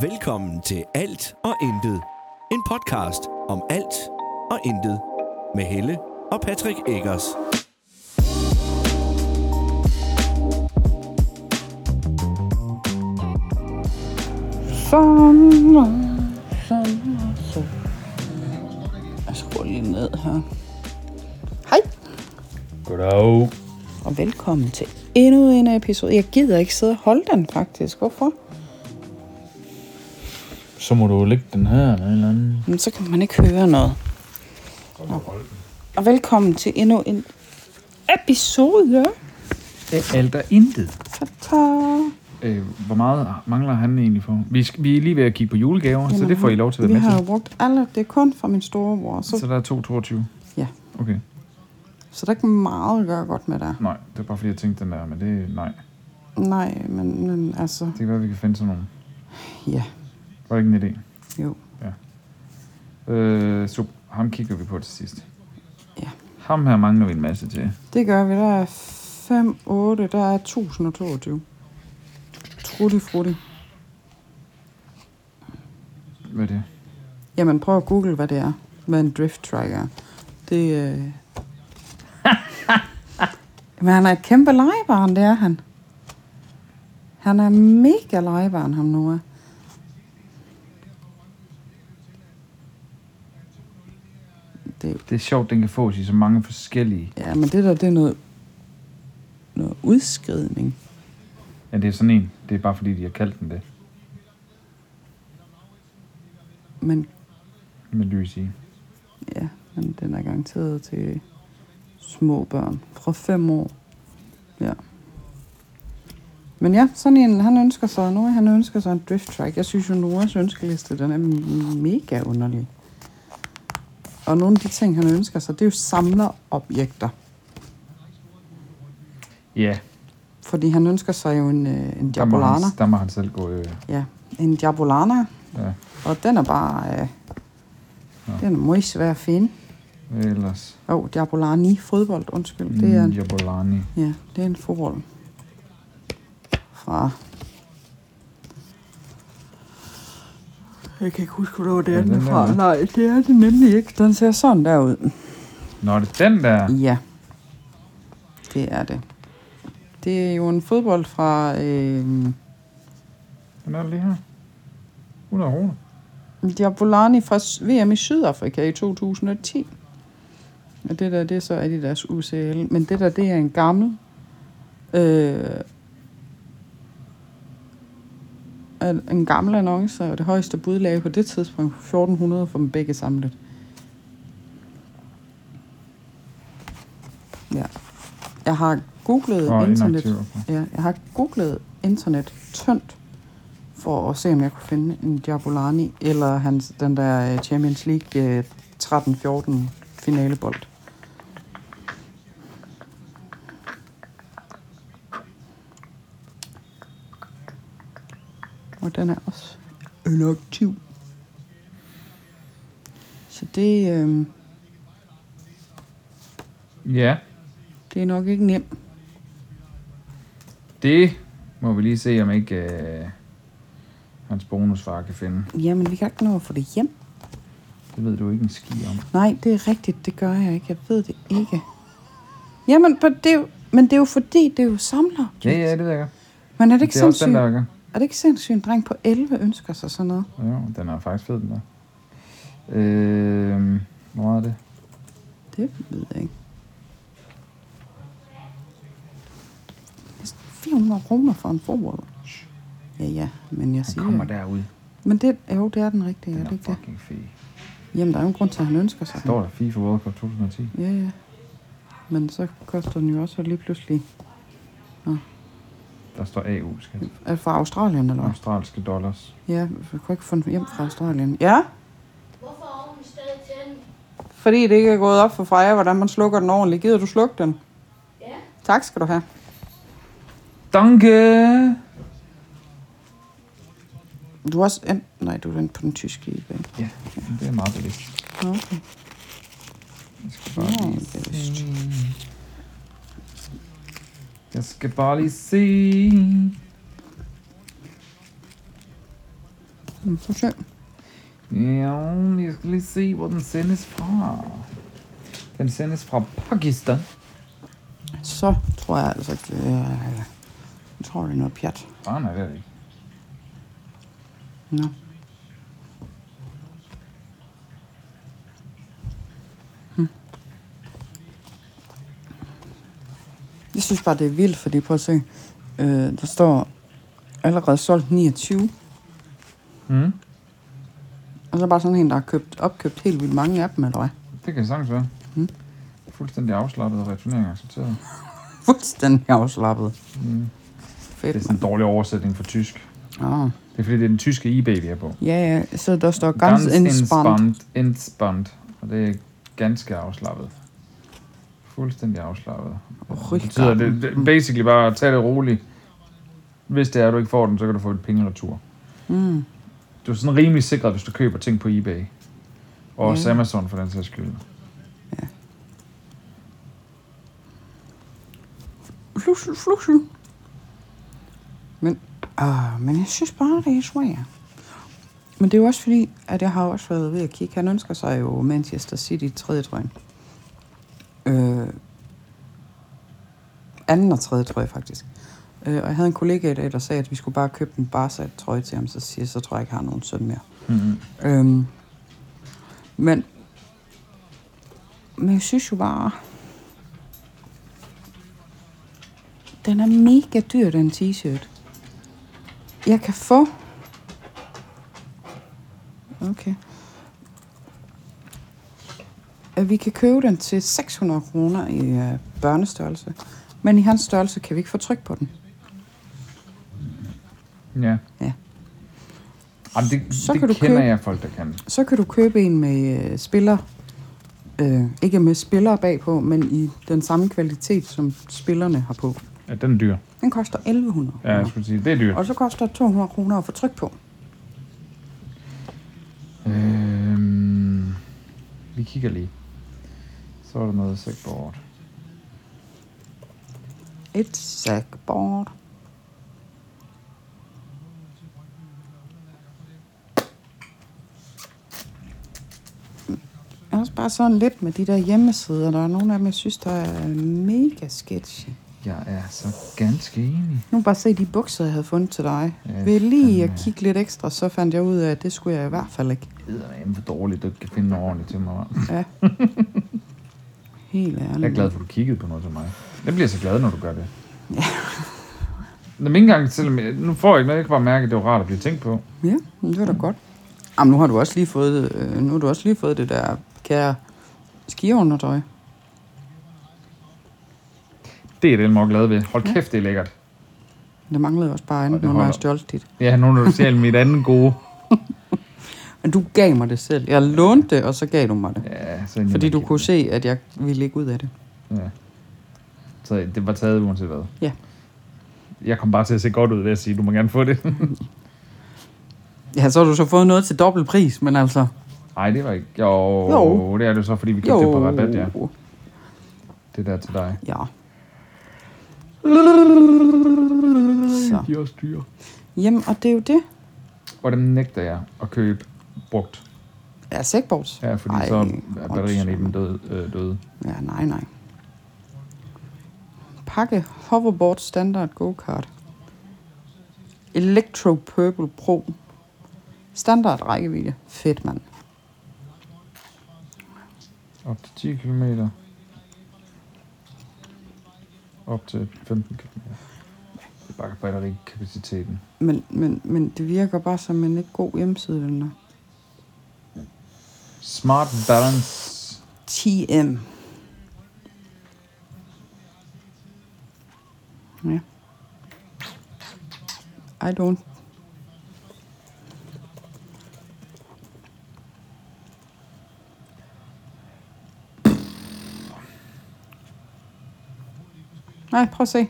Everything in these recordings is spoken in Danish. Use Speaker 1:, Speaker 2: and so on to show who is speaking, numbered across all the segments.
Speaker 1: Velkommen til Alt og Intet. En podcast om alt og intet. Med Helle og Patrick Eggers.
Speaker 2: Sommer, sommer, sommer. Jeg skruer lige ned her. Hej,
Speaker 3: Goddag.
Speaker 2: og velkommen til endnu en episode. Jeg gider ikke sidde og holde den faktisk. Hvorfor?
Speaker 3: Så må du lægge den her eller en eller anden.
Speaker 2: Men så kan man ikke høre noget. Og velkommen til endnu en episode.
Speaker 3: Det er alt og Øh, intet.
Speaker 2: Ta-ta.
Speaker 3: Øh, hvor meget mangler han egentlig for? Vi, sk- vi er lige ved at kigge på julegaver, så det får I lov til at
Speaker 2: Vi
Speaker 3: være
Speaker 2: har
Speaker 3: med
Speaker 2: jo brugt alle. Det er kun fra min storebror.
Speaker 3: til. Så
Speaker 2: Så,
Speaker 3: der er 2,22.
Speaker 2: ja.
Speaker 3: Okay.
Speaker 2: så der er ikke meget at gøre godt med der.
Speaker 3: Nej, det er bare fordi, jeg tænkte den der, men det nej.
Speaker 2: Nej, men, men altså,
Speaker 3: Det kan være, vi kan finde sådan nogle.
Speaker 2: ja,
Speaker 3: Var det ikke en idé?
Speaker 2: jo.
Speaker 3: Øh, så ham kigger vi på til sidst.
Speaker 2: Ja.
Speaker 3: Ham her mangler vi en masse til.
Speaker 2: Det gør vi. Der er 5, 8, der er 1022. Trutti frutti.
Speaker 3: Hvad er det?
Speaker 2: Jamen prøv at google, hvad det er. Hvad en drift track er. Det øh... Men han er et kæmpe legebarn, det er han. Han er mega legebarn, ham nu er. Det,
Speaker 3: Det er sjovt, den kan fås i så mange forskellige.
Speaker 2: ja, men det der, det er noget, noget udskridning.
Speaker 3: Ja, det er sådan en. Det er bare fordi, de har kaldt den det.
Speaker 2: Men
Speaker 3: Med lys i.
Speaker 2: Ja, men den er garanteret til små børn fra 5 år. Ja. Men ja, sådan en, han ønsker sig, nu han ønsker sig en drift track. Jeg synes jo, Noras ønskeliste, den er m- mega underlig. Og nogle af de ting, han ønsker sig, det er jo samlerobjekter.
Speaker 3: Ja,
Speaker 2: Fordi han ønsker sig jo en, øh, en
Speaker 3: der må, han,
Speaker 2: Diabolana.
Speaker 3: der må han selv gå. Øh,
Speaker 2: Ja, en Diabolana.
Speaker 3: ja.
Speaker 2: Og den er bare... Øh, den er meget svær at finde.
Speaker 3: Hvad ellers?
Speaker 2: Åh, oh, Diabolani fodbold, undskyld.
Speaker 3: Mm.
Speaker 2: Det er en
Speaker 3: Jabolani.
Speaker 2: Ja, det er en forvold fra... Jeg kan ikke huske, hvor det
Speaker 3: Ja,
Speaker 2: er den
Speaker 3: den
Speaker 2: er
Speaker 3: er
Speaker 2: fra.
Speaker 3: der.
Speaker 2: Nej, det er det nemlig ikke. Den ser sådan der ud.
Speaker 3: Nå, det er den der.
Speaker 2: Ja, det er det. Det er jo en fodbold fra øh,
Speaker 3: Den er lige her. 100 kroner.
Speaker 2: Diabolani fra S- VM i Sydafrika i 2010. Og det der, det er så Adidas UCL. Men det der, det er en gammel... Øh, en- en gammel annonce, og det højeste bud lagde på det tidspunkt 1400 for dem begge samlet. Ja. Jeg har googlet
Speaker 3: Og
Speaker 2: internet.
Speaker 3: inaktiv. okay.
Speaker 2: Ja, jeg har googlet internet tyndt for at se, om jeg kunne finde en Diabolani eller hans, den der øh, Champions League øh, 13-14 finalebold. Og den er også inaktiv. Så det, øh,
Speaker 3: Ja,
Speaker 2: det er nok ikke nemt.
Speaker 3: det må vi lige se, om ikke øh, hans bonusfar kan finde.
Speaker 2: Jamen, vi kan ikke nå at få det hjem.
Speaker 3: Det ved du ikke en ski om.
Speaker 2: Nej, det er rigtigt. Det gør jeg ikke. Jeg ved det ikke. Jamen, men det er jo, men det er jo fordi, det er jo samler.
Speaker 3: Ja, ja, det ved jeg godt.
Speaker 2: Men er det ikke,
Speaker 3: Det er også
Speaker 2: sindssygt,
Speaker 3: den der, jeg gør.
Speaker 2: er det ikke sindssygt, en dreng på 11 ønsker sig sådan noget?
Speaker 3: Jo, den er faktisk fed, den der. Øh, hvor meget er det?
Speaker 2: Det ved jeg ikke. Næsten 400 kroner for en forbrød. Ja, ja, men jeg
Speaker 3: Han
Speaker 2: siger...
Speaker 3: kommer
Speaker 2: jo-
Speaker 3: derude.
Speaker 2: Men det, jo, det er den rigtige,
Speaker 3: Den
Speaker 2: er det
Speaker 3: er
Speaker 2: ikke det?
Speaker 3: fucking fed.
Speaker 2: Jamen, der er jo en grund til, at han ønsker sig den.
Speaker 3: Står der FIFA World Cup 2010?
Speaker 2: Ja, ja. Men så koster den jo også lige pludselig...
Speaker 3: Der står AU, skal jeg
Speaker 2: Er det fra Australien, eller hvad?
Speaker 3: Australske dollars.
Speaker 2: Ja, jeg kunne ikke få den hjem fra Australien. Ja,
Speaker 4: Hvorfor er ovnen stadig tændt?
Speaker 2: fordi det ikke er gået op for Freja, hvordan man slukker den ordentligt. Gider du slukke den?
Speaker 4: Ja.
Speaker 2: Tak skal du have.
Speaker 3: Danke!
Speaker 2: Du er også... En... Nej, du er inde på den tyske eBay.
Speaker 3: Ja, det er meget bevidst.
Speaker 2: Nå, Okay.
Speaker 3: Jeg skal
Speaker 2: Nå,
Speaker 3: bare lige
Speaker 2: det er vist.
Speaker 3: Jeg skal bare lige se.
Speaker 2: den. Så sød.
Speaker 3: Ja, jeg skal lige se, hvor den sendes fra. Den sendes fra Pakistan.
Speaker 2: Så tror jeg altså ikke, det er- jeg tror, det er noget pjat.
Speaker 3: Ah, nej, det er det ikke.
Speaker 2: Nå. Hm. Jeg synes bare, det er vildt, fordi prøv at se. Øh, der står allerede solgt 29.
Speaker 3: Mm,
Speaker 2: Og så bare sådan en, der har købt, opkøbt helt vildt mange af dem, eller hvad?
Speaker 3: det kan det sagtens være.
Speaker 2: Mm.
Speaker 3: Fuldstændig afslappet og returnering accepteret.
Speaker 2: Fuldstændig afslappet.
Speaker 3: Mm. Det
Speaker 2: Fedt,
Speaker 3: er sådan en dårlig oversætning fra tysk.
Speaker 2: Oh.
Speaker 3: Det er fordi, det er den tyske IB, vi er på.
Speaker 2: Ja, ja, så der står ganz entspannt.
Speaker 3: Entspannt. Og det er ganske afslappet. Fuldstændig afslappet. Det betyder det, det, basically bare at tage det roligt. Hvis det er, at du ikke får den, så kan du få et pengeretur.
Speaker 2: Mm.
Speaker 3: Du er sådan rimelig sikret, hvis du køber ting på eBay. Og
Speaker 2: Ja.
Speaker 3: også Amazon for den sags skyld.
Speaker 2: Flusel, flusel. Men, øh, men jeg synes bare, det er svært. Men det er jo også fordi, at jeg har jo også været ved at kigge. Han ønsker sig jo Manchester City i tredje trøjen. Øh, anden og tredje trøje, faktisk. Øh, og jeg havde en kollega i dag, der sagde, at vi skulle bare købe en Barca-trøje til ham. Så siger jeg, så tror jeg ikke, jeg har nogen søn mere.
Speaker 3: Mm-hmm.
Speaker 2: Øhm, men, men jeg synes jo bare, den er mega dyr, den t-shirt. Jeg kan få... Okay. At Øh, vi kan købe den til 600 kroner i øh, børnestørrelse. Men i hans størrelse kan vi ikke få tryk på den.
Speaker 3: Ja.
Speaker 2: Ja.
Speaker 3: Jamen, det,
Speaker 2: Så
Speaker 3: det
Speaker 2: kan du
Speaker 3: kender
Speaker 2: købe-
Speaker 3: jeg folk, der kan.
Speaker 2: Så kan du købe en med øh, spiller, øh, ikke med spillere bagpå, men i den samme kvalitet, som spillerne har på.
Speaker 3: Ja, den er dyr.
Speaker 2: Den koster 1100
Speaker 3: Ja, jeg
Speaker 2: kroner.
Speaker 3: skulle sige, det er dyrt.
Speaker 2: Og så koster 200 kroner at få tryk på.
Speaker 3: Øhm, vi kigger lige. Så er der noget sækbord.
Speaker 2: Et sackboard. Jeg er også bare sådan lidt med de der hjemmesider. Der er nogle af dem, jeg synes, der er mega sketchy.
Speaker 3: Jeg er så ganske enig.
Speaker 2: Nu bare se de bukser, jeg havde fundet til dig.
Speaker 3: Ja,
Speaker 2: Ved lige at
Speaker 3: fandme.
Speaker 2: kigge lidt ekstra, så fandt jeg ud af, at det skulle jeg i hvert fald ikke.
Speaker 3: Det er for dårligt, du ikke kan finde noget ordentligt til mig. hva'?
Speaker 2: Ja. Helt ærligt.
Speaker 3: Jeg er glad for, at du kiggede på noget til mig. Jeg bliver så glad, når du gør det. Ja. Men ikke engang, selvom jeg, nu får jeg ikke noget, jeg kan bare mærke, at det var rart at blive tænkt på.
Speaker 2: Ja, men det var da godt. Jamen, nu har du også lige fået, øh, nu har du også lige fået det der kære skiundertøj.
Speaker 3: Det er det, jeg er glad ved. Hold kæft, det er lækkert.
Speaker 2: Det manglede også bare andet,
Speaker 3: det
Speaker 2: når jeg
Speaker 3: holder.
Speaker 2: stjålet dit.
Speaker 3: Ja, nu når du ser mit andet gode.
Speaker 2: Men du gav mig det selv. Jeg lånte det, og så gav du mig det.
Speaker 3: Ja, så egentlig
Speaker 2: Fordi
Speaker 3: man
Speaker 2: du
Speaker 3: kan-
Speaker 2: kunne se, at jeg ville ikke ud af det.
Speaker 3: Ja. Så det var taget uanset hvad?
Speaker 2: Ja.
Speaker 3: Jeg kom bare til at se godt ud ved at sige, du må gerne få det.
Speaker 2: Ja, så har du så fået noget til dobbelt pris, men altså...
Speaker 3: Nej, det var ikke. Jo,
Speaker 2: Jo.
Speaker 3: jo, det er det så, fordi vi købte
Speaker 2: Jo,
Speaker 3: det på rabat, ja. Det der til dig.
Speaker 2: ja. Så.
Speaker 3: De er også dyre.
Speaker 2: Jamen, og det er jo det.
Speaker 3: Og dem nægter jeg at købe brugt.
Speaker 2: Ja, sækbords.
Speaker 3: Ja, fordi
Speaker 2: Ej,
Speaker 3: så er batterierne i
Speaker 2: åndssvagt.
Speaker 3: dem døde. Øh, døde.
Speaker 2: Ja, nej, nej. Pakke hoverboard standard go-kart. Electro Purple Pro. Standard rækkevidde. Fedt, mand.
Speaker 3: Op til 10 km. Op til 15 km. Det bakker batterikapaciteten.
Speaker 2: Men, men, men det virker bare som en ikke god hjemmeside, den der.
Speaker 3: Smart Balance.
Speaker 2: TM. Ja. I don't. Nej, prøv at se.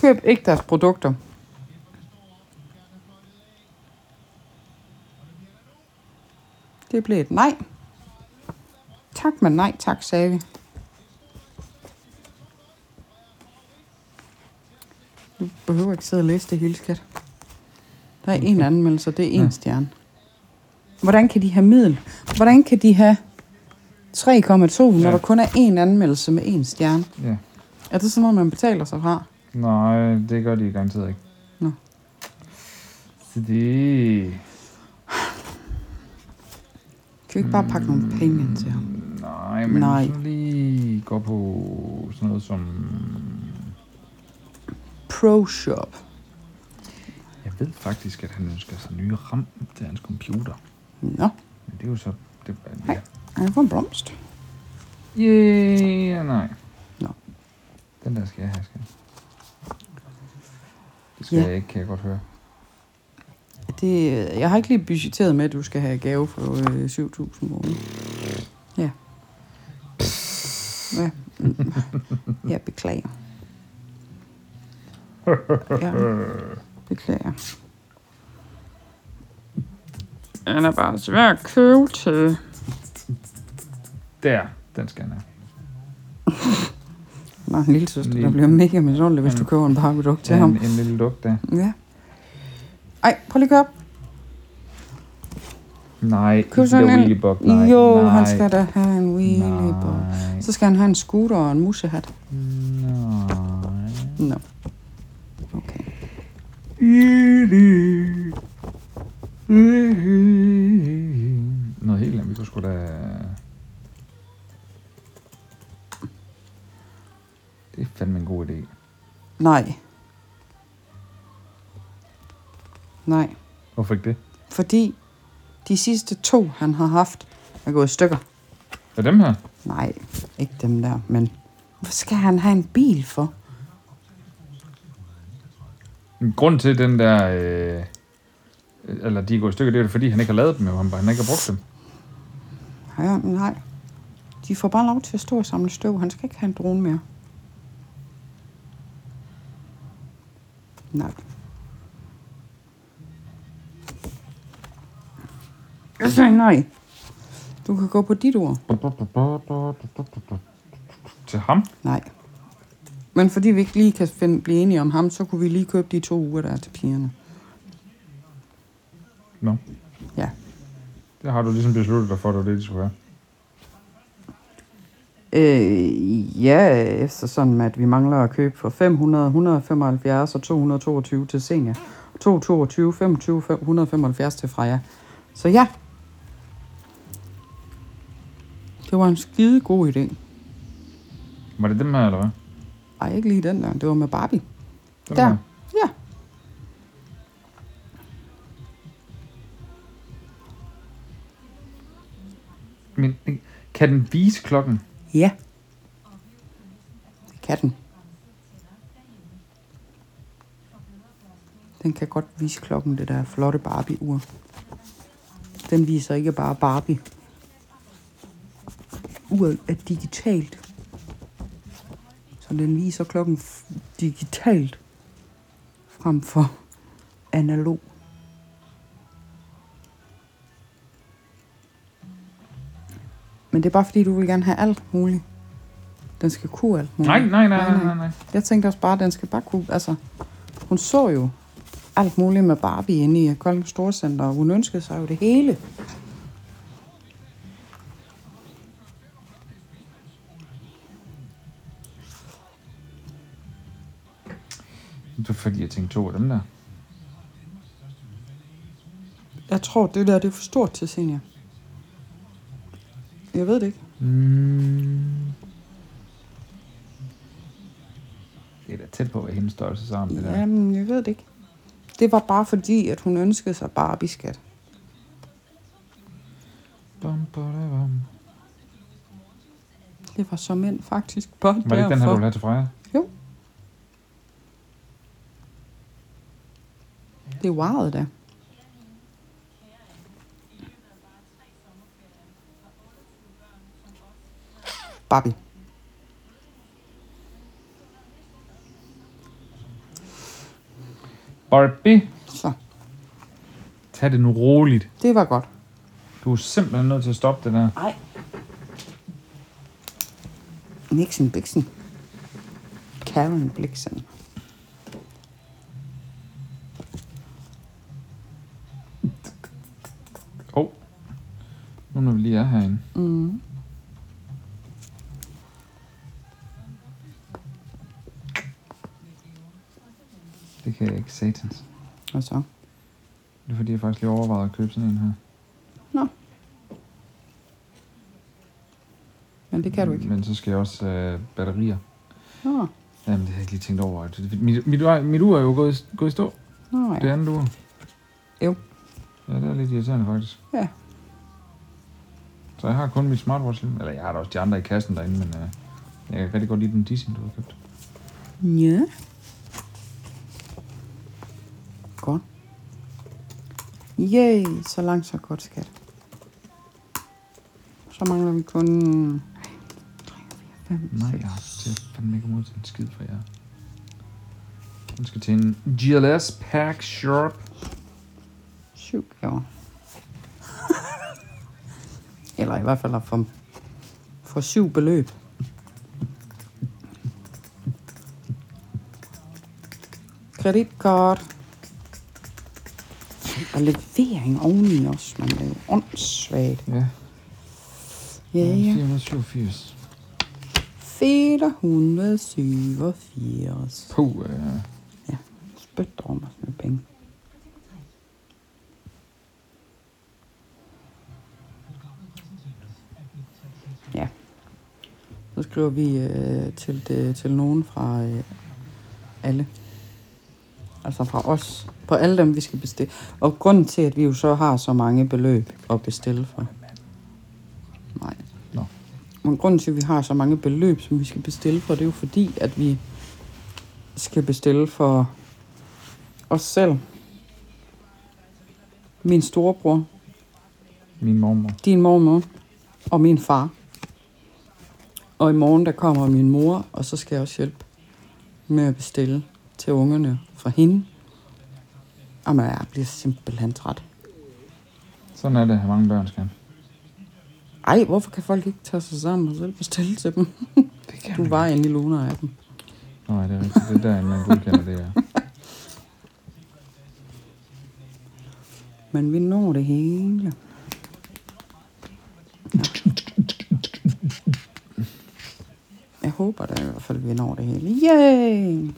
Speaker 2: Køb ikke deres produkter. Det blev et nej. Tak, men nej tak, sagde vi. Du behøver ikke sidde og læse det hele, skat. Der er en anmeldelse, det er en stjerne. Hvordan kan de have middel? Hvordan kan de have 3,2, når
Speaker 3: Ja.
Speaker 2: der kun er en anmeldelse med en stjerne?
Speaker 3: Ja.
Speaker 2: Er det sådan noget, man betaler sig fra?
Speaker 3: Nej, det gør de garanteret ikke.
Speaker 2: Nå.
Speaker 3: Så det...
Speaker 2: Kan vi ikke bare pakke nogle penge ind til ham?
Speaker 3: Nej, men
Speaker 2: Nej.
Speaker 3: Nej. sådan lige går på sådan noget som...
Speaker 2: Pro Shop.
Speaker 3: Jeg ved faktisk, at han ønsker sig nye RAM til hans computer.
Speaker 2: Nå,
Speaker 3: Men det er jo så... Det,
Speaker 2: Hej. han får en blomst.
Speaker 3: Yeah, nej.
Speaker 2: Nå.
Speaker 3: Den der skal jeg have, skal jeg. Det skal
Speaker 2: Ja.
Speaker 3: ja. jeg ikke, kan jeg godt høre.
Speaker 2: Det, øh, jeg har ikke lige budgetteret med, at du skal have gave for øh, 7.000 kroner. Ja. Ja. mm. Jeg beklager. Ja. Beklager. Den er bare svær at købe til.
Speaker 3: Der, den skal han have.
Speaker 2: Nå, en lille søster, der
Speaker 3: Lille.
Speaker 2: bliver mega misundelig, hvis
Speaker 3: Ja.
Speaker 2: du køber en parprodukt til
Speaker 3: Ja,
Speaker 2: ham.
Speaker 3: en, en lille duk der.
Speaker 2: Ja. Ej, prøv lige at køre op.
Speaker 3: Nej,
Speaker 2: Køb
Speaker 3: ikke
Speaker 2: sådan
Speaker 3: der
Speaker 2: en-
Speaker 3: wheelie bug, nej.
Speaker 2: jo,
Speaker 3: nej,
Speaker 2: han skal da have en wheelie
Speaker 3: nej,
Speaker 2: bob. Så skal han have en scooter og en musehat.
Speaker 3: Nej.
Speaker 2: Nå. Okay.
Speaker 3: Noget helt andet, vi kunne sgu da... Det er fandme en god idé.
Speaker 2: Nej. Nej.
Speaker 3: Hvorfor ikke det?
Speaker 2: Fordi de sidste to, han har haft, er gået i stykker.
Speaker 3: Er dem her?
Speaker 2: Nej, ikke dem der, men... Hvad skal han have en bil for?
Speaker 3: Men grund til den der... Øh, eller de er gået i stykker, det er jo fordi, han ikke har lavet dem jo. Han, han ikke har brugt dem.
Speaker 2: Ja, nej. De får bare lov til at stå og samle støv. Han skal ikke have en drone mere. Nej. Jeg sagde nej. Du kan gå på dit ord.
Speaker 3: Til ham?
Speaker 2: Nej. Men fordi vi ikke lige kan finde, blive enige om ham, så kunne vi lige købe de to uger, der er til pigerne.
Speaker 3: Nå.
Speaker 2: Ja.
Speaker 3: Det har du ligesom besluttet dig for, at det var det, de skulle være.
Speaker 2: Øh, ja, efter sådan, at vi mangler at købe for 500, 175 og 222 til senior. 222, 25, 175 til Freja. Så ja. Det var en skide god idé.
Speaker 3: Var det dem her, eller hvad?
Speaker 2: Ej, ikke lige den der. Det var med Barbie.
Speaker 3: Dem
Speaker 2: Der.
Speaker 3: her?
Speaker 2: Ja.
Speaker 3: Men kan den vise klokken?
Speaker 2: Ja. Det kan den. Den kan godt vise klokken, det der flotte Barbie-ur. Den viser ikke bare Barbie. Uret er digitalt. Så den viser klokken f- digitalt. Frem for analog. Men det er bare fordi, du vil gerne have alt muligt. Den skal kunne alt muligt.
Speaker 3: Nej, nej, nej, nej, nej, nej.
Speaker 2: Jeg tænkte også bare, at den skal bare kunne... Altså, hun så jo alt muligt med Barbie inde i Kolding Storcenter, og hun ønskede sig jo det hele.
Speaker 3: Det var fordi, jeg tænkte to af dem der.
Speaker 2: Jeg tror, det der det er for stort til senior. Jeg ved det ikke.
Speaker 3: Mm. Det er da tæt på at være hendes størrelse sammen, det der.
Speaker 2: Jamen, jeg ved det ikke. Det var bare fordi, at hun ønskede sig Barbie-skat.
Speaker 3: Bum, bada, bum.
Speaker 2: Det var som mænd faktisk bare
Speaker 3: Var det ikke den her, du
Speaker 2: derfor.
Speaker 3: ville have til Freja?
Speaker 2: Jo. Det er wild, da. Barbie.
Speaker 3: Barbie,
Speaker 2: Så,
Speaker 3: tag det nu roligt.
Speaker 2: det var godt.
Speaker 3: Du er simpelthen nødt til at stoppe det der.
Speaker 2: Nixon Bixen. Karen Blixen.
Speaker 3: Nu når vi lige er herinde.
Speaker 2: Mm.
Speaker 3: Det kan jeg ikke satans.
Speaker 2: Og så?
Speaker 3: Det er fordi, jeg faktisk lige overvejede at købe sådan en her.
Speaker 2: Men det kan du ikke.
Speaker 3: Men så skal jeg også øh, batterier.
Speaker 2: Nå,
Speaker 3: Jamen, det har jeg ikke lige tænkt over. Det- Mit, mit, ur- mit ur er jo gået, i- gået i stå.
Speaker 2: nå
Speaker 3: Det
Speaker 2: ja.
Speaker 3: andet ur.
Speaker 2: Jo.
Speaker 3: Ja, det er lidt irriterende faktisk.
Speaker 2: Ja.
Speaker 3: Så jeg har kun mit smartwatch. lige nu. Eller jeg har da også de andre i kassen derinde, men øh, jeg kan rigtig godt lide den Disney, du har købt.
Speaker 2: Ja. Godt. Yay, så langt så godt, skat. Så mangler vi kun... 5,
Speaker 3: Nej, jeg har til at fandme ikke mod til en skid for jer. Den skal til en GLS Pack Sharp.
Speaker 2: 7 gaver. Eller i hvert fald for, for syv beløb. Kreditkort. Og levering oveni også, men det er jo åndssvagt.
Speaker 3: Ja,
Speaker 2: Ja, ja.
Speaker 3: 487.
Speaker 2: 487.
Speaker 3: Puh, øh,
Speaker 2: Spytter om os med penge. Ja. Så skriver vi øh, til, det, til nogen fra øh, alle. Altså fra os. På alle dem, vi skal bestille. Og grunden til, at vi jo så har så mange beløb at bestille for. Nej.
Speaker 3: Nå.
Speaker 2: Men grunden til, at vi har så mange beløb, som vi skal bestille for, det er jo fordi, at vi skal bestille for os selv. Min storebror,
Speaker 3: min mormor.
Speaker 2: din mormor og min far. Og i morgen der kommer min mor, og så skal jeg også hjælpe med at bestille til ungerne fra hende. Jamen, jeg bliver simpelthen træt.
Speaker 3: Sådan er det at have mange børn, skal
Speaker 2: Ej, hvorfor kan folk ikke tage sig sammen og selv bestille til dem?
Speaker 3: Det kan
Speaker 2: Du var endelig luner af dem.
Speaker 3: Nej, det er rigtigt. Det er derinde, man godkender det her.
Speaker 2: Men vi når det hele. Jeg håber da i hvert fald, at vi når det hele. Yay!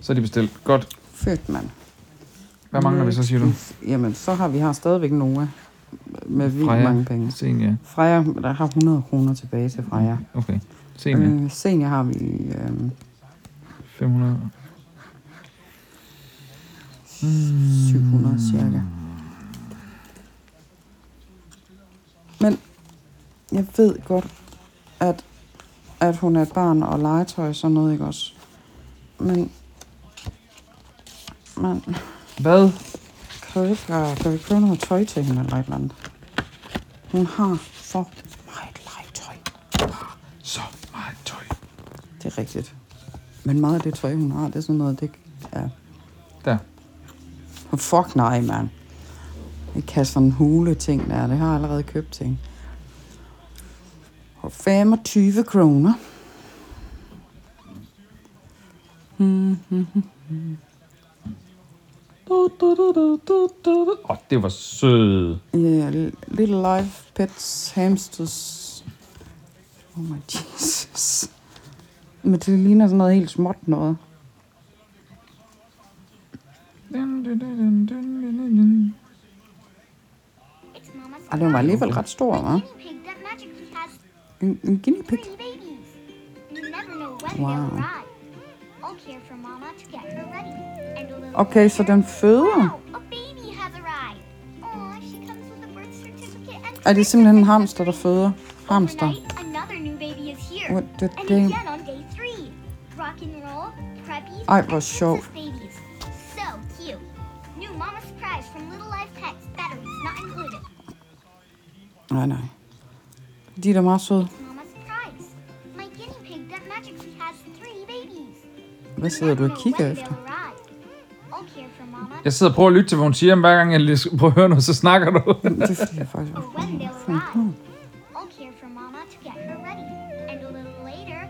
Speaker 3: Så er de bestilt. Godt.
Speaker 2: Fedt, mand.
Speaker 3: Hvad mangler vi så, siger du?
Speaker 2: Jamen, så har vi har stadigvæk Noah med vildt
Speaker 3: Freja.
Speaker 2: mange penge.
Speaker 3: Senja.
Speaker 2: Freja, der har 100 kroner tilbage til Freja.
Speaker 3: Okay. Senja.
Speaker 2: Øh, senior har vi øh,
Speaker 3: 500.
Speaker 2: 700 cirka. Men jeg ved godt, at, at hun er et barn og legetøj og sådan noget, ikke også? Men, men
Speaker 3: Hvad?
Speaker 2: kan vi ikke have- kan vi købe noget tøj til hende eller et eller andet? Hun har for meget legetøj.
Speaker 3: Så meget tøj.
Speaker 2: Det er rigtigt. Men meget af det tøj, hun har, det er sådan noget, det er...
Speaker 3: Der.
Speaker 2: Oh, fuck nej, mand. Det kan sådan en hule ting der, det har jeg allerede købt ting. Og 25 kroner.
Speaker 3: Du, du, du, du, du, du, du. Åh, det var sød.
Speaker 2: Yeah, little life pets, hamsters. Oh my Jesus. Men det ligner sådan noget helt småt noget.
Speaker 4: Mama's
Speaker 2: Og den var alligevel ret stor, hva'?
Speaker 4: guinea pig that magically has
Speaker 2: En, en guinea pig.
Speaker 4: three babies. You never know when
Speaker 2: Wow.
Speaker 4: they'll arrive. I'll care for Mama to get her ready. And a little
Speaker 2: Okay, så den føder.
Speaker 4: Wow, a baby has arrived. Aw, she comes with a birth certificate and
Speaker 2: Er det simpelthen en hamster, der føder? Hamster.
Speaker 4: Overnight, another new baby is here.
Speaker 2: What the
Speaker 4: and
Speaker 2: damn-
Speaker 4: again on day three. Rock and roll, preppy,
Speaker 2: Ej,
Speaker 4: and
Speaker 2: hvor sjovt.
Speaker 4: princess babies. So cute. New mama surprise from Little Life Pets. Batteries not included.
Speaker 2: Nej, nej. De er da meget søde.
Speaker 4: Mama surprise. My guinea pig that magically has three babies.
Speaker 2: Hvad sidder du og kigger efter?
Speaker 4: I'll care for mama
Speaker 3: Jeg sidder og prøver at lytte til, hvad hun siger, men hver gang jeg lige prøver at høre noget, så snakker du.
Speaker 2: Det er fordi, jeg faktisk
Speaker 4: or
Speaker 2: også
Speaker 4: when they'll arrive. Oh, I'll care for Mama to get her ready. And a little later,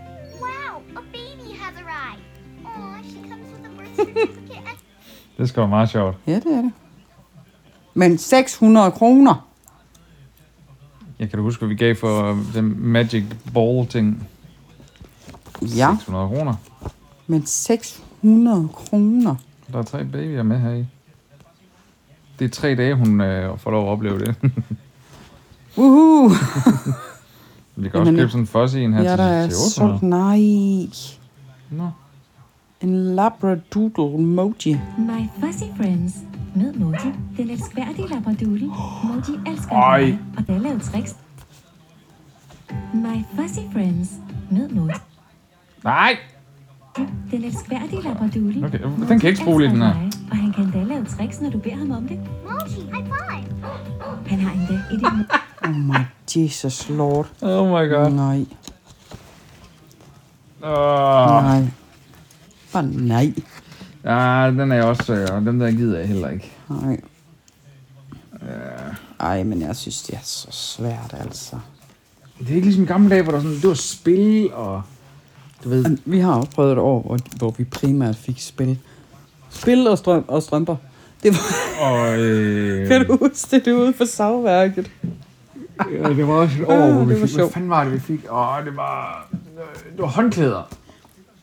Speaker 4: wow, a baby has arrived. Aw, she comes with a birth certificate and
Speaker 3: det skal være meget sjovt.
Speaker 2: Ja, det er det. Men 600 kroner?
Speaker 3: Jeg kan da huske, hvad vi gav for øh, den Magic Ball-ting.
Speaker 2: Ja,
Speaker 3: 600 kroner.
Speaker 2: men 600 kroner.
Speaker 3: Der er tre babyer med her i. Det er tre dage, hun øh, får lov at opleve det.
Speaker 2: Uhu!
Speaker 3: vi kan også
Speaker 2: Jamen,
Speaker 3: købe sådan en fuzzy en her
Speaker 2: Ja,
Speaker 3: til,
Speaker 2: der er
Speaker 3: til
Speaker 2: solgt...
Speaker 3: 800.
Speaker 2: Nej.
Speaker 3: Nå.
Speaker 2: En labradoodle emoji.
Speaker 5: My Fuzzy Friends med Moji, den elskværdige labradoodle. Moji elsker
Speaker 3: Ej.
Speaker 5: dig, og der er lavet tricks. My Fuzzy Friends med Moji,
Speaker 3: Nej!
Speaker 5: den elskværdige labradoodle.
Speaker 3: Okay, den
Speaker 5: Moji
Speaker 3: kan jeg ikke spole i,
Speaker 5: elsker
Speaker 3: den her.
Speaker 5: dig, Og han kan da lave tricks, når du beder ham om det.
Speaker 4: Mochi, high five!
Speaker 5: Han har endda et
Speaker 2: Oh my Jesus lord.
Speaker 3: Oh my god.
Speaker 2: Nej,
Speaker 3: Åh.
Speaker 2: nej. Bare nej.
Speaker 3: Ja, den er jeg også, øh, og dem der gider jeg heller ikke.
Speaker 2: Nej. Ej, men jeg synes, det er så svært, altså.
Speaker 3: Det er ikke ligesom i gamle dage, hvor der var sådan, det var spil, og du ved,
Speaker 2: Men Vi har også prøvet et år, hvor, hvor vi primært fik spil. Spil og, strøm, og strømper. Det var,
Speaker 3: og øh,
Speaker 2: kan du huske det, det var ude på savværket?
Speaker 3: ja, det var også et år,
Speaker 2: Ah,
Speaker 3: hvor vi
Speaker 2: det var
Speaker 3: fik, hvad
Speaker 2: sjovt.
Speaker 3: fanden var det, vi fik? Åh, det var, øh, det var håndklæder.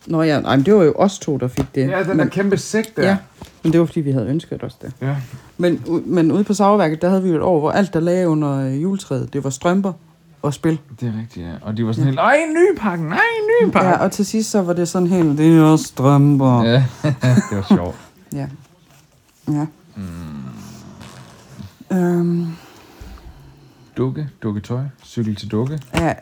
Speaker 2: Nå ja, nej, men det var jo os to, der fik det.
Speaker 3: Ja, den der
Speaker 2: men,
Speaker 3: kæmpe sæk der.
Speaker 2: ja, men det var, fordi vi havde ønsket os det.
Speaker 3: ja.
Speaker 2: Men, u- men ude på savværket, der havde vi jo et år, hvor alt, der lagde under øh, juletræet, det var strømper og spil.
Speaker 3: Det er rigtigt, ja. Og de var sådan helt, ej, en ny pakke, nej, en ny pakke.
Speaker 2: Ja, og til sidst så var det sådan helt, det er også strømper.
Speaker 3: Ja, det var sjovt.
Speaker 2: Ja. Ja. Mm. Øhm,
Speaker 3: Dukke, dukketøj, cykel til dukke,
Speaker 2: ja.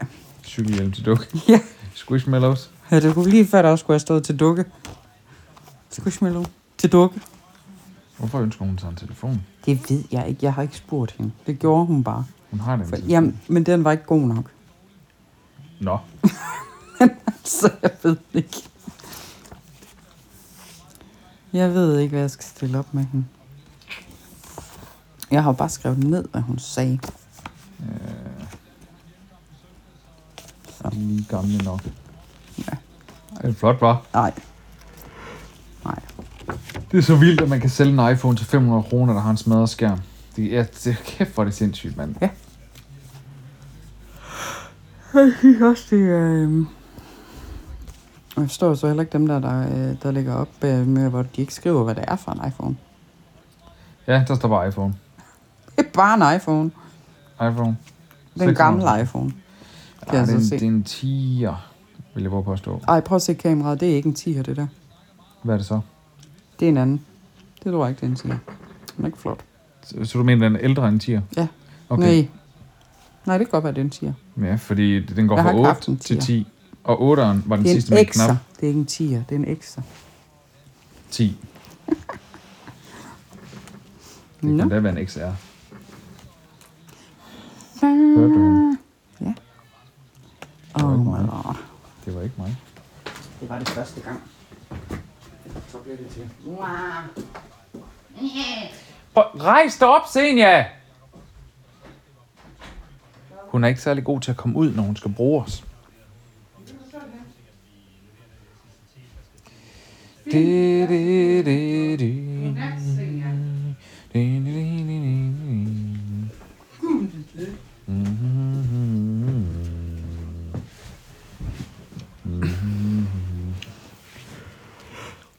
Speaker 3: cykelhjelm til dukke,
Speaker 2: ja.
Speaker 3: squishmallows.
Speaker 2: Ja, det kunne lige før, der også skulle have stået til dukke. Squishmallow. Til dukke.
Speaker 3: Hvorfor ønsker hun sig en telefon?
Speaker 2: Det ved jeg ikke. Jeg har ikke spurgt hende. Det gjorde hun bare.
Speaker 3: Hun har det.
Speaker 2: For, jamen, men den var ikke god nok.
Speaker 3: Nå.
Speaker 2: Så jeg ved det ikke. Jeg ved ikke, hvad jeg skal stille op med hende. Jeg har bare skrevet ned, hvad hun sagde.
Speaker 3: De er lige gamle nok.
Speaker 2: Ja.
Speaker 3: Det er flot, var.
Speaker 2: Nej. Nej.
Speaker 3: Det er så vildt, at man kan sælge en iPhone til 500 kroner, der har en smadret skærm. Det er, det er kæft, hvor er det sindssygt, mand.
Speaker 2: Ja. Jeg synes også, det er... øhm, Jeg forstår så heller ikke dem der, der, øh, der ligger op øh, med, hvor de ikke skriver, hvad det er for en iPhone.
Speaker 3: Ja, der står bare iPhone.
Speaker 2: Det er bare en iPhone.
Speaker 3: iPhone.
Speaker 2: Den
Speaker 3: 600.
Speaker 2: gamle iPhone. Kan
Speaker 3: Ja,
Speaker 2: jeg
Speaker 3: det, er en,
Speaker 2: så se.
Speaker 3: det er en 10'er, vil jeg våge på at stå.
Speaker 2: Ej, prøv at se kameraet. Det er ikke en 10'er, det der.
Speaker 3: Hvad er det så?
Speaker 2: Det er en anden. Det tror jeg ikke, det er en 10'er. Den er ikke flot.
Speaker 3: Så, så du mener, den er ældre end 10'er?
Speaker 2: Ja.
Speaker 3: Okay.
Speaker 2: Nej. Nej, det kan godt være, det er en 10'er.
Speaker 3: Ja, fordi den går
Speaker 2: Jeg har ikke
Speaker 3: fra
Speaker 2: haft
Speaker 3: 8
Speaker 2: en
Speaker 3: til
Speaker 2: 10'er.
Speaker 3: 10. Og 8'eren var den
Speaker 2: Det er
Speaker 3: sidste
Speaker 2: en
Speaker 3: med
Speaker 2: X'er.
Speaker 3: knap
Speaker 2: Det er ikke en 10'er. Det er en X'er.
Speaker 3: 10. Det kan
Speaker 2: Nå.
Speaker 3: da være en XR. Hørte du
Speaker 2: Ja.
Speaker 3: hende?
Speaker 2: Oh
Speaker 3: ikke
Speaker 2: my
Speaker 3: meget.
Speaker 2: god.
Speaker 3: Det var ikke mig.
Speaker 2: Det var det første gang. Så blev det til.
Speaker 3: Rejs dig op, Senja! Hun er ikke særlig god til at komme ud, når hun skal bruge os.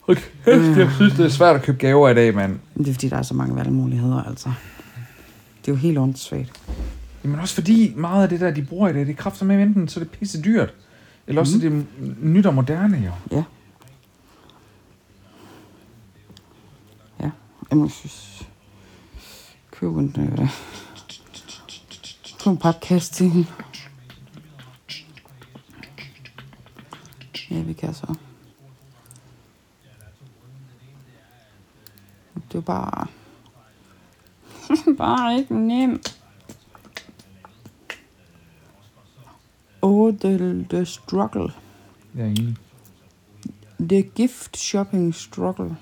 Speaker 3: Hold kæft, jeg synes, det er svært at købe gaver i dag, mand.
Speaker 2: Men Det er fordi, der er så mange valgmuligheder, altså. Det er jo helt åndssvagt.
Speaker 3: Jamen også fordi meget af det der, de bruger i dag, det er kræfter med enten, så er det pisse dyrt. Eller også mm. er det nyt og moderne, jo.
Speaker 2: Ja. Ja, jamen, jeg synes... Køb en... Øh, køb en podcast til hende. Ja, vi kan så. Det er jo bare... bare ikke nemt. Oh, the, the struggle.
Speaker 3: Jeg er enig.
Speaker 2: The gift shopping struggle.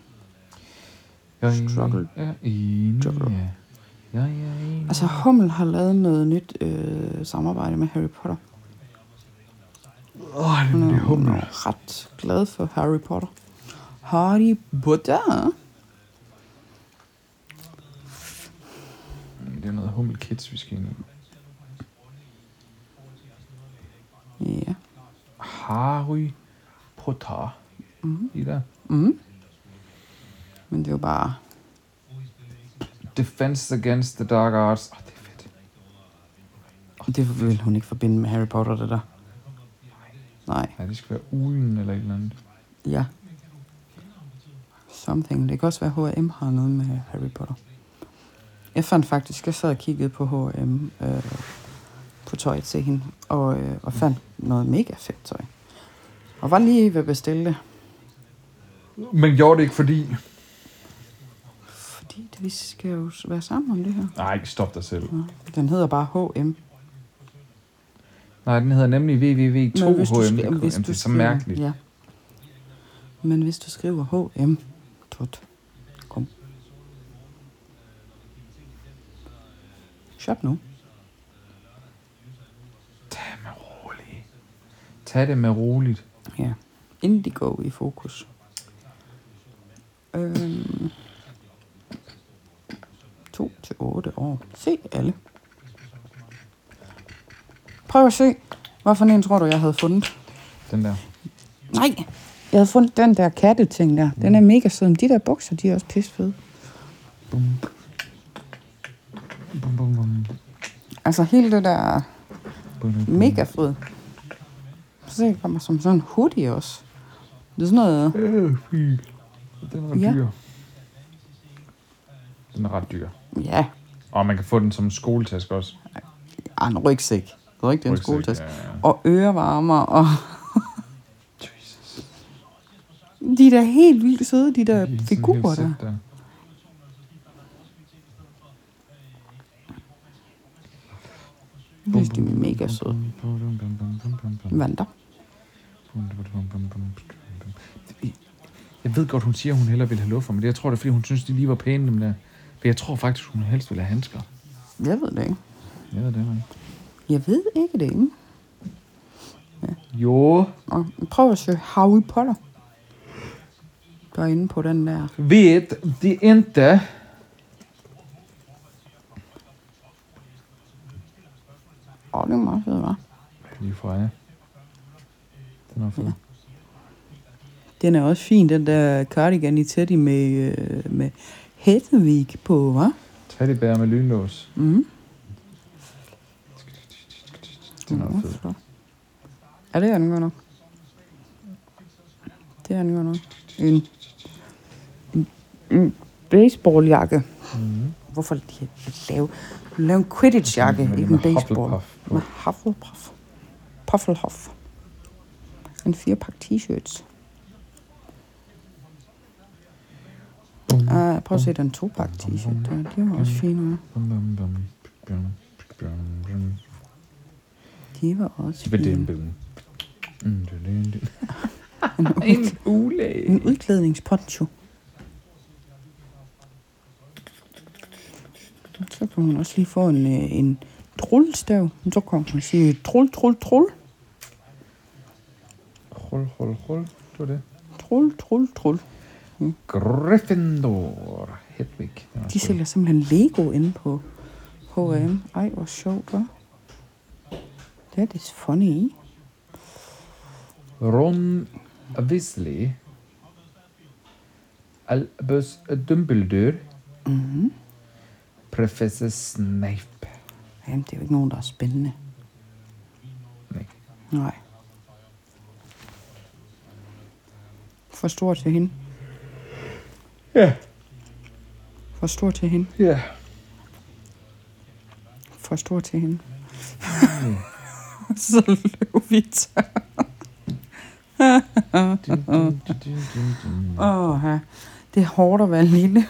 Speaker 3: Jeg er enig.
Speaker 2: Struggle.
Speaker 3: Jeg er enig.
Speaker 2: Struggle.
Speaker 3: Ja. Jeg er enig.
Speaker 2: Altså, Hummel har lavet noget nyt øh, samarbejde med Harry Potter.
Speaker 3: Åh, oh, det
Speaker 2: Hun
Speaker 3: bliver
Speaker 2: er, hun
Speaker 3: hummer.
Speaker 2: er ret glad for Harry Potter. Harry Potter?
Speaker 3: Det er noget hummel kids, vi skal ind i. Harry Potter.
Speaker 2: Mhm.
Speaker 3: Mm. I der.
Speaker 2: Men det er jo bare...
Speaker 3: Defense Against the Dark Arts. Åh, det er fedt.
Speaker 2: Det vil hun ikke forbinde med Harry Potter, det der. Nej.
Speaker 3: Ja, det skal være ulen eller et eller andet.
Speaker 2: Ja. Something. Det kan også være, H&M har noget med Harry Potter. Jeg fandt faktisk, jeg sad og kiggede på H&M øh, på tøjet til hende, og, øh, og fandt noget mega fedt tøj. Og var lige ved at bestille det,
Speaker 3: Men gjorde det ikke fordi...
Speaker 2: fordi det, vi skal jo være sammen om det her.
Speaker 3: Nej, stop dig selv.
Speaker 2: Den hedder bare H&M.
Speaker 3: Nej, den hedder nemlig www2
Speaker 2: Men hvis du
Speaker 3: HM.
Speaker 2: skri-
Speaker 3: Jamen,
Speaker 2: hvis
Speaker 3: det
Speaker 2: du
Speaker 3: er så
Speaker 2: skriver-
Speaker 3: mærkeligt.
Speaker 2: Ja. Men hvis du skriver HM, tut, kom. Shop nu.
Speaker 3: Tag med roligt. Tag det med roligt.
Speaker 2: Ja. Indigo i fokus. Øhm. 2 til 8 år. Se alle. Prøv at se. Hvorfor en tror du, jeg havde fundet?
Speaker 3: Den der.
Speaker 2: Nej, jeg havde fundet den der katteting der. Den
Speaker 3: Mm.
Speaker 2: er mega sød. Men de der bukser, de er også pisse fede.
Speaker 3: Bum, bum, bum.
Speaker 2: Altså hele det der
Speaker 3: Bum, bum.
Speaker 2: mega fed. Så det kommer som sådan en hoodie også. Det er sådan noget...
Speaker 3: Øh, fy. Den er
Speaker 2: Ja.
Speaker 3: dyr. Den er ret dyr.
Speaker 2: Ja,
Speaker 3: Og man kan få den som en skoletaske også.
Speaker 2: ej, en rygsæk. Det er ikke det er en
Speaker 3: Rygsæk,
Speaker 2: skoletaske.
Speaker 3: ja, ja.
Speaker 2: Og ørevarmer og...
Speaker 3: Jesus.
Speaker 2: De er da helt vildt søde, de
Speaker 3: Det
Speaker 2: der
Speaker 3: er sådan et helt
Speaker 2: figurer
Speaker 3: sæt
Speaker 2: der. Jeg synes, de er mega søde. Vandter.
Speaker 3: Jeg ved godt, hun siger, hun hellere ville have luffer, men det, jeg tror, det er, fordi hun synes, de lige var pæne, dem der. For jeg tror faktisk, hun helst ville have handsker.
Speaker 2: Jeg ved det ikke.
Speaker 3: Jeg ved det, man.
Speaker 2: Jeg ved ikke det, ikke?
Speaker 3: Jo.
Speaker 2: Og prøv at søge Harry Potter. Der er inde på den der...
Speaker 3: Ved de ikke.
Speaker 2: Åh, det er meget fedt, hva'?
Speaker 3: Lige fra jer. Den er fed.
Speaker 2: Den er også fin, den der cardigan i Teddy med, øh, med Hedvig på, hva'?
Speaker 3: Teddybær med lynlås.
Speaker 2: Mhm.
Speaker 3: Den er fed.
Speaker 2: flot. Ja, det er den godt nok. Det er den godt nok. En, en, en baseballjakke. Mm.
Speaker 3: Mhm.
Speaker 2: Hvorfor de har lave, lave en Quidditch-jakke,
Speaker 3: Men det er
Speaker 2: ikke en
Speaker 3: med
Speaker 2: baseball.
Speaker 3: Hufflepuff på.
Speaker 2: Med Hufflepuff. Pufflehuff. En firepakke t-shirts.
Speaker 3: Bum,
Speaker 2: Ah, prøv at se den topakke t-shirt. Der. De var også fine. hva'?
Speaker 3: bum, bum, bum, bum, bum, bum.
Speaker 2: De var også
Speaker 3: Hvad er det,
Speaker 2: fine.
Speaker 3: en bøvne? Mm, det er det, det er det.
Speaker 2: En udklædningsponcho. Så kan hun også lige få en, øh, en trullestav. Men Så kan hun sige trull, trull, trull.
Speaker 3: Hul, hul, hul. Det var det.
Speaker 2: Trull, trull, trull.
Speaker 3: Gryffindor. Hedwig. Den er
Speaker 2: De
Speaker 3: også fed.
Speaker 2: sælger simpelthen Lego inde på H&M. Ej, hvor sjovt, hva'? Det er det funny i.
Speaker 3: Ron Weasley. Albus Dumbledore. Mm-hmm.
Speaker 2: Mhm.
Speaker 3: Professor Snape.
Speaker 2: Jamen, det er jo ikke nogen, der er spændende.
Speaker 3: Nej.
Speaker 2: Nej. For stor til hende.
Speaker 3: Ja,
Speaker 2: For stor til hende.
Speaker 3: ja.
Speaker 2: for stor til hende. så løb vi tør.
Speaker 3: Dun, dun, dun, dun, dun, dun.
Speaker 2: Åh, ja. Det er hårdt at være lille.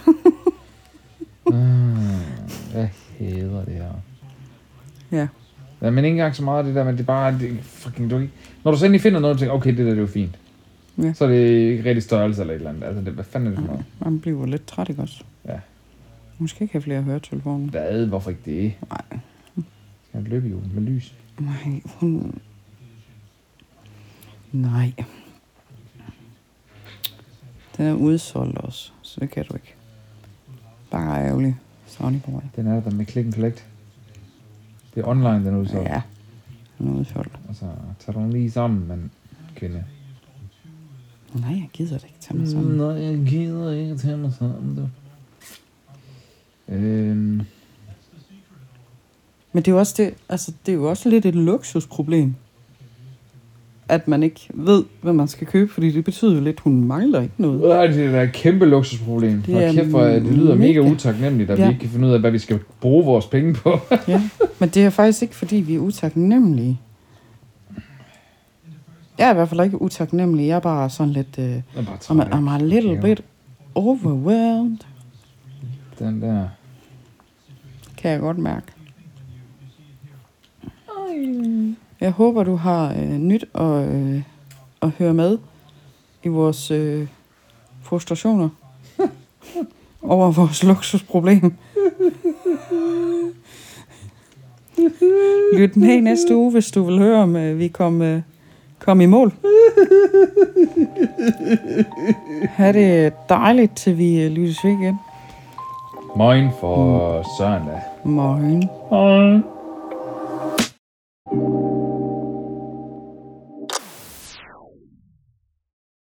Speaker 3: Jeg hader det her.
Speaker 2: ja.
Speaker 3: Ja, men ikke engang så meget af det der, men det er bare, det, fucking, du, når du så endelig finder noget, du tænker, okay, det der det er jo fint.
Speaker 2: Ja. Mm.
Speaker 3: Så er det ikke rigtig størrelse eller et eller andet. Altså, det, hvad fanden er det for noget?
Speaker 2: Man bliver lidt træt, ikke også?
Speaker 3: Ja.
Speaker 2: Hun skal ikke have flere høretelefoner.
Speaker 3: Hvad? Hvorfor ikke det?
Speaker 2: Nej.
Speaker 3: Skal han løbe jo med lys?
Speaker 2: Nej, hun... Nej. Den er udsolgt også, så det kan du ikke. Bare ærgerligt. Sony Boy.
Speaker 3: Den er der med click and collect. Det er online, den udsolgt.
Speaker 2: Ja, den er udsolgt.
Speaker 3: Altså, tag den lige sammen, men kvinde.
Speaker 2: Nej, jeg gider det ikke tage mig sammen.
Speaker 3: Nej, jeg gider ikke tage mig sammen, du. Øhm,
Speaker 2: Men det er, jo også det, altså, det er jo også lidt et luksusproblem, at man ikke ved, hvad man skal købe, fordi det betyder jo lidt, hun mangler ikke noget.
Speaker 3: øh, det er da et kæmpe luksusproblem.
Speaker 2: Det
Speaker 3: Det, er
Speaker 2: er
Speaker 3: kæft, for, det lyder mega
Speaker 2: mega.
Speaker 3: utaknemmeligt, at ja.
Speaker 2: Ja.
Speaker 3: vi ikke kan finde ud af, hvad vi skal bruge vores penge på.
Speaker 2: Ja. Men det er faktisk ikke, fordi vi er utaknemmelige. Jeg er i hvert fald ikke utaknemmelig, jeg er bare sådan lidt, øh,
Speaker 3: Jeg er bare
Speaker 2: I'm,
Speaker 3: træt
Speaker 2: a-
Speaker 3: af
Speaker 2: I'm a little
Speaker 3: Ja.
Speaker 2: bit overwhelmed,
Speaker 3: Den der...
Speaker 2: kan jeg godt mærke. Jeg håber, du har øh, nyt at, øh, at høre med i vores øh, frustrationer over vores luksusproblem. Lyt med i næste uge, hvis du vil høre, om øh, vi kom, øh, kom i mål. Ha' det dejligt, til vi øh, lyttes ved igen.
Speaker 3: Mm. Moin for søndag.
Speaker 2: Morgen.
Speaker 3: Moin.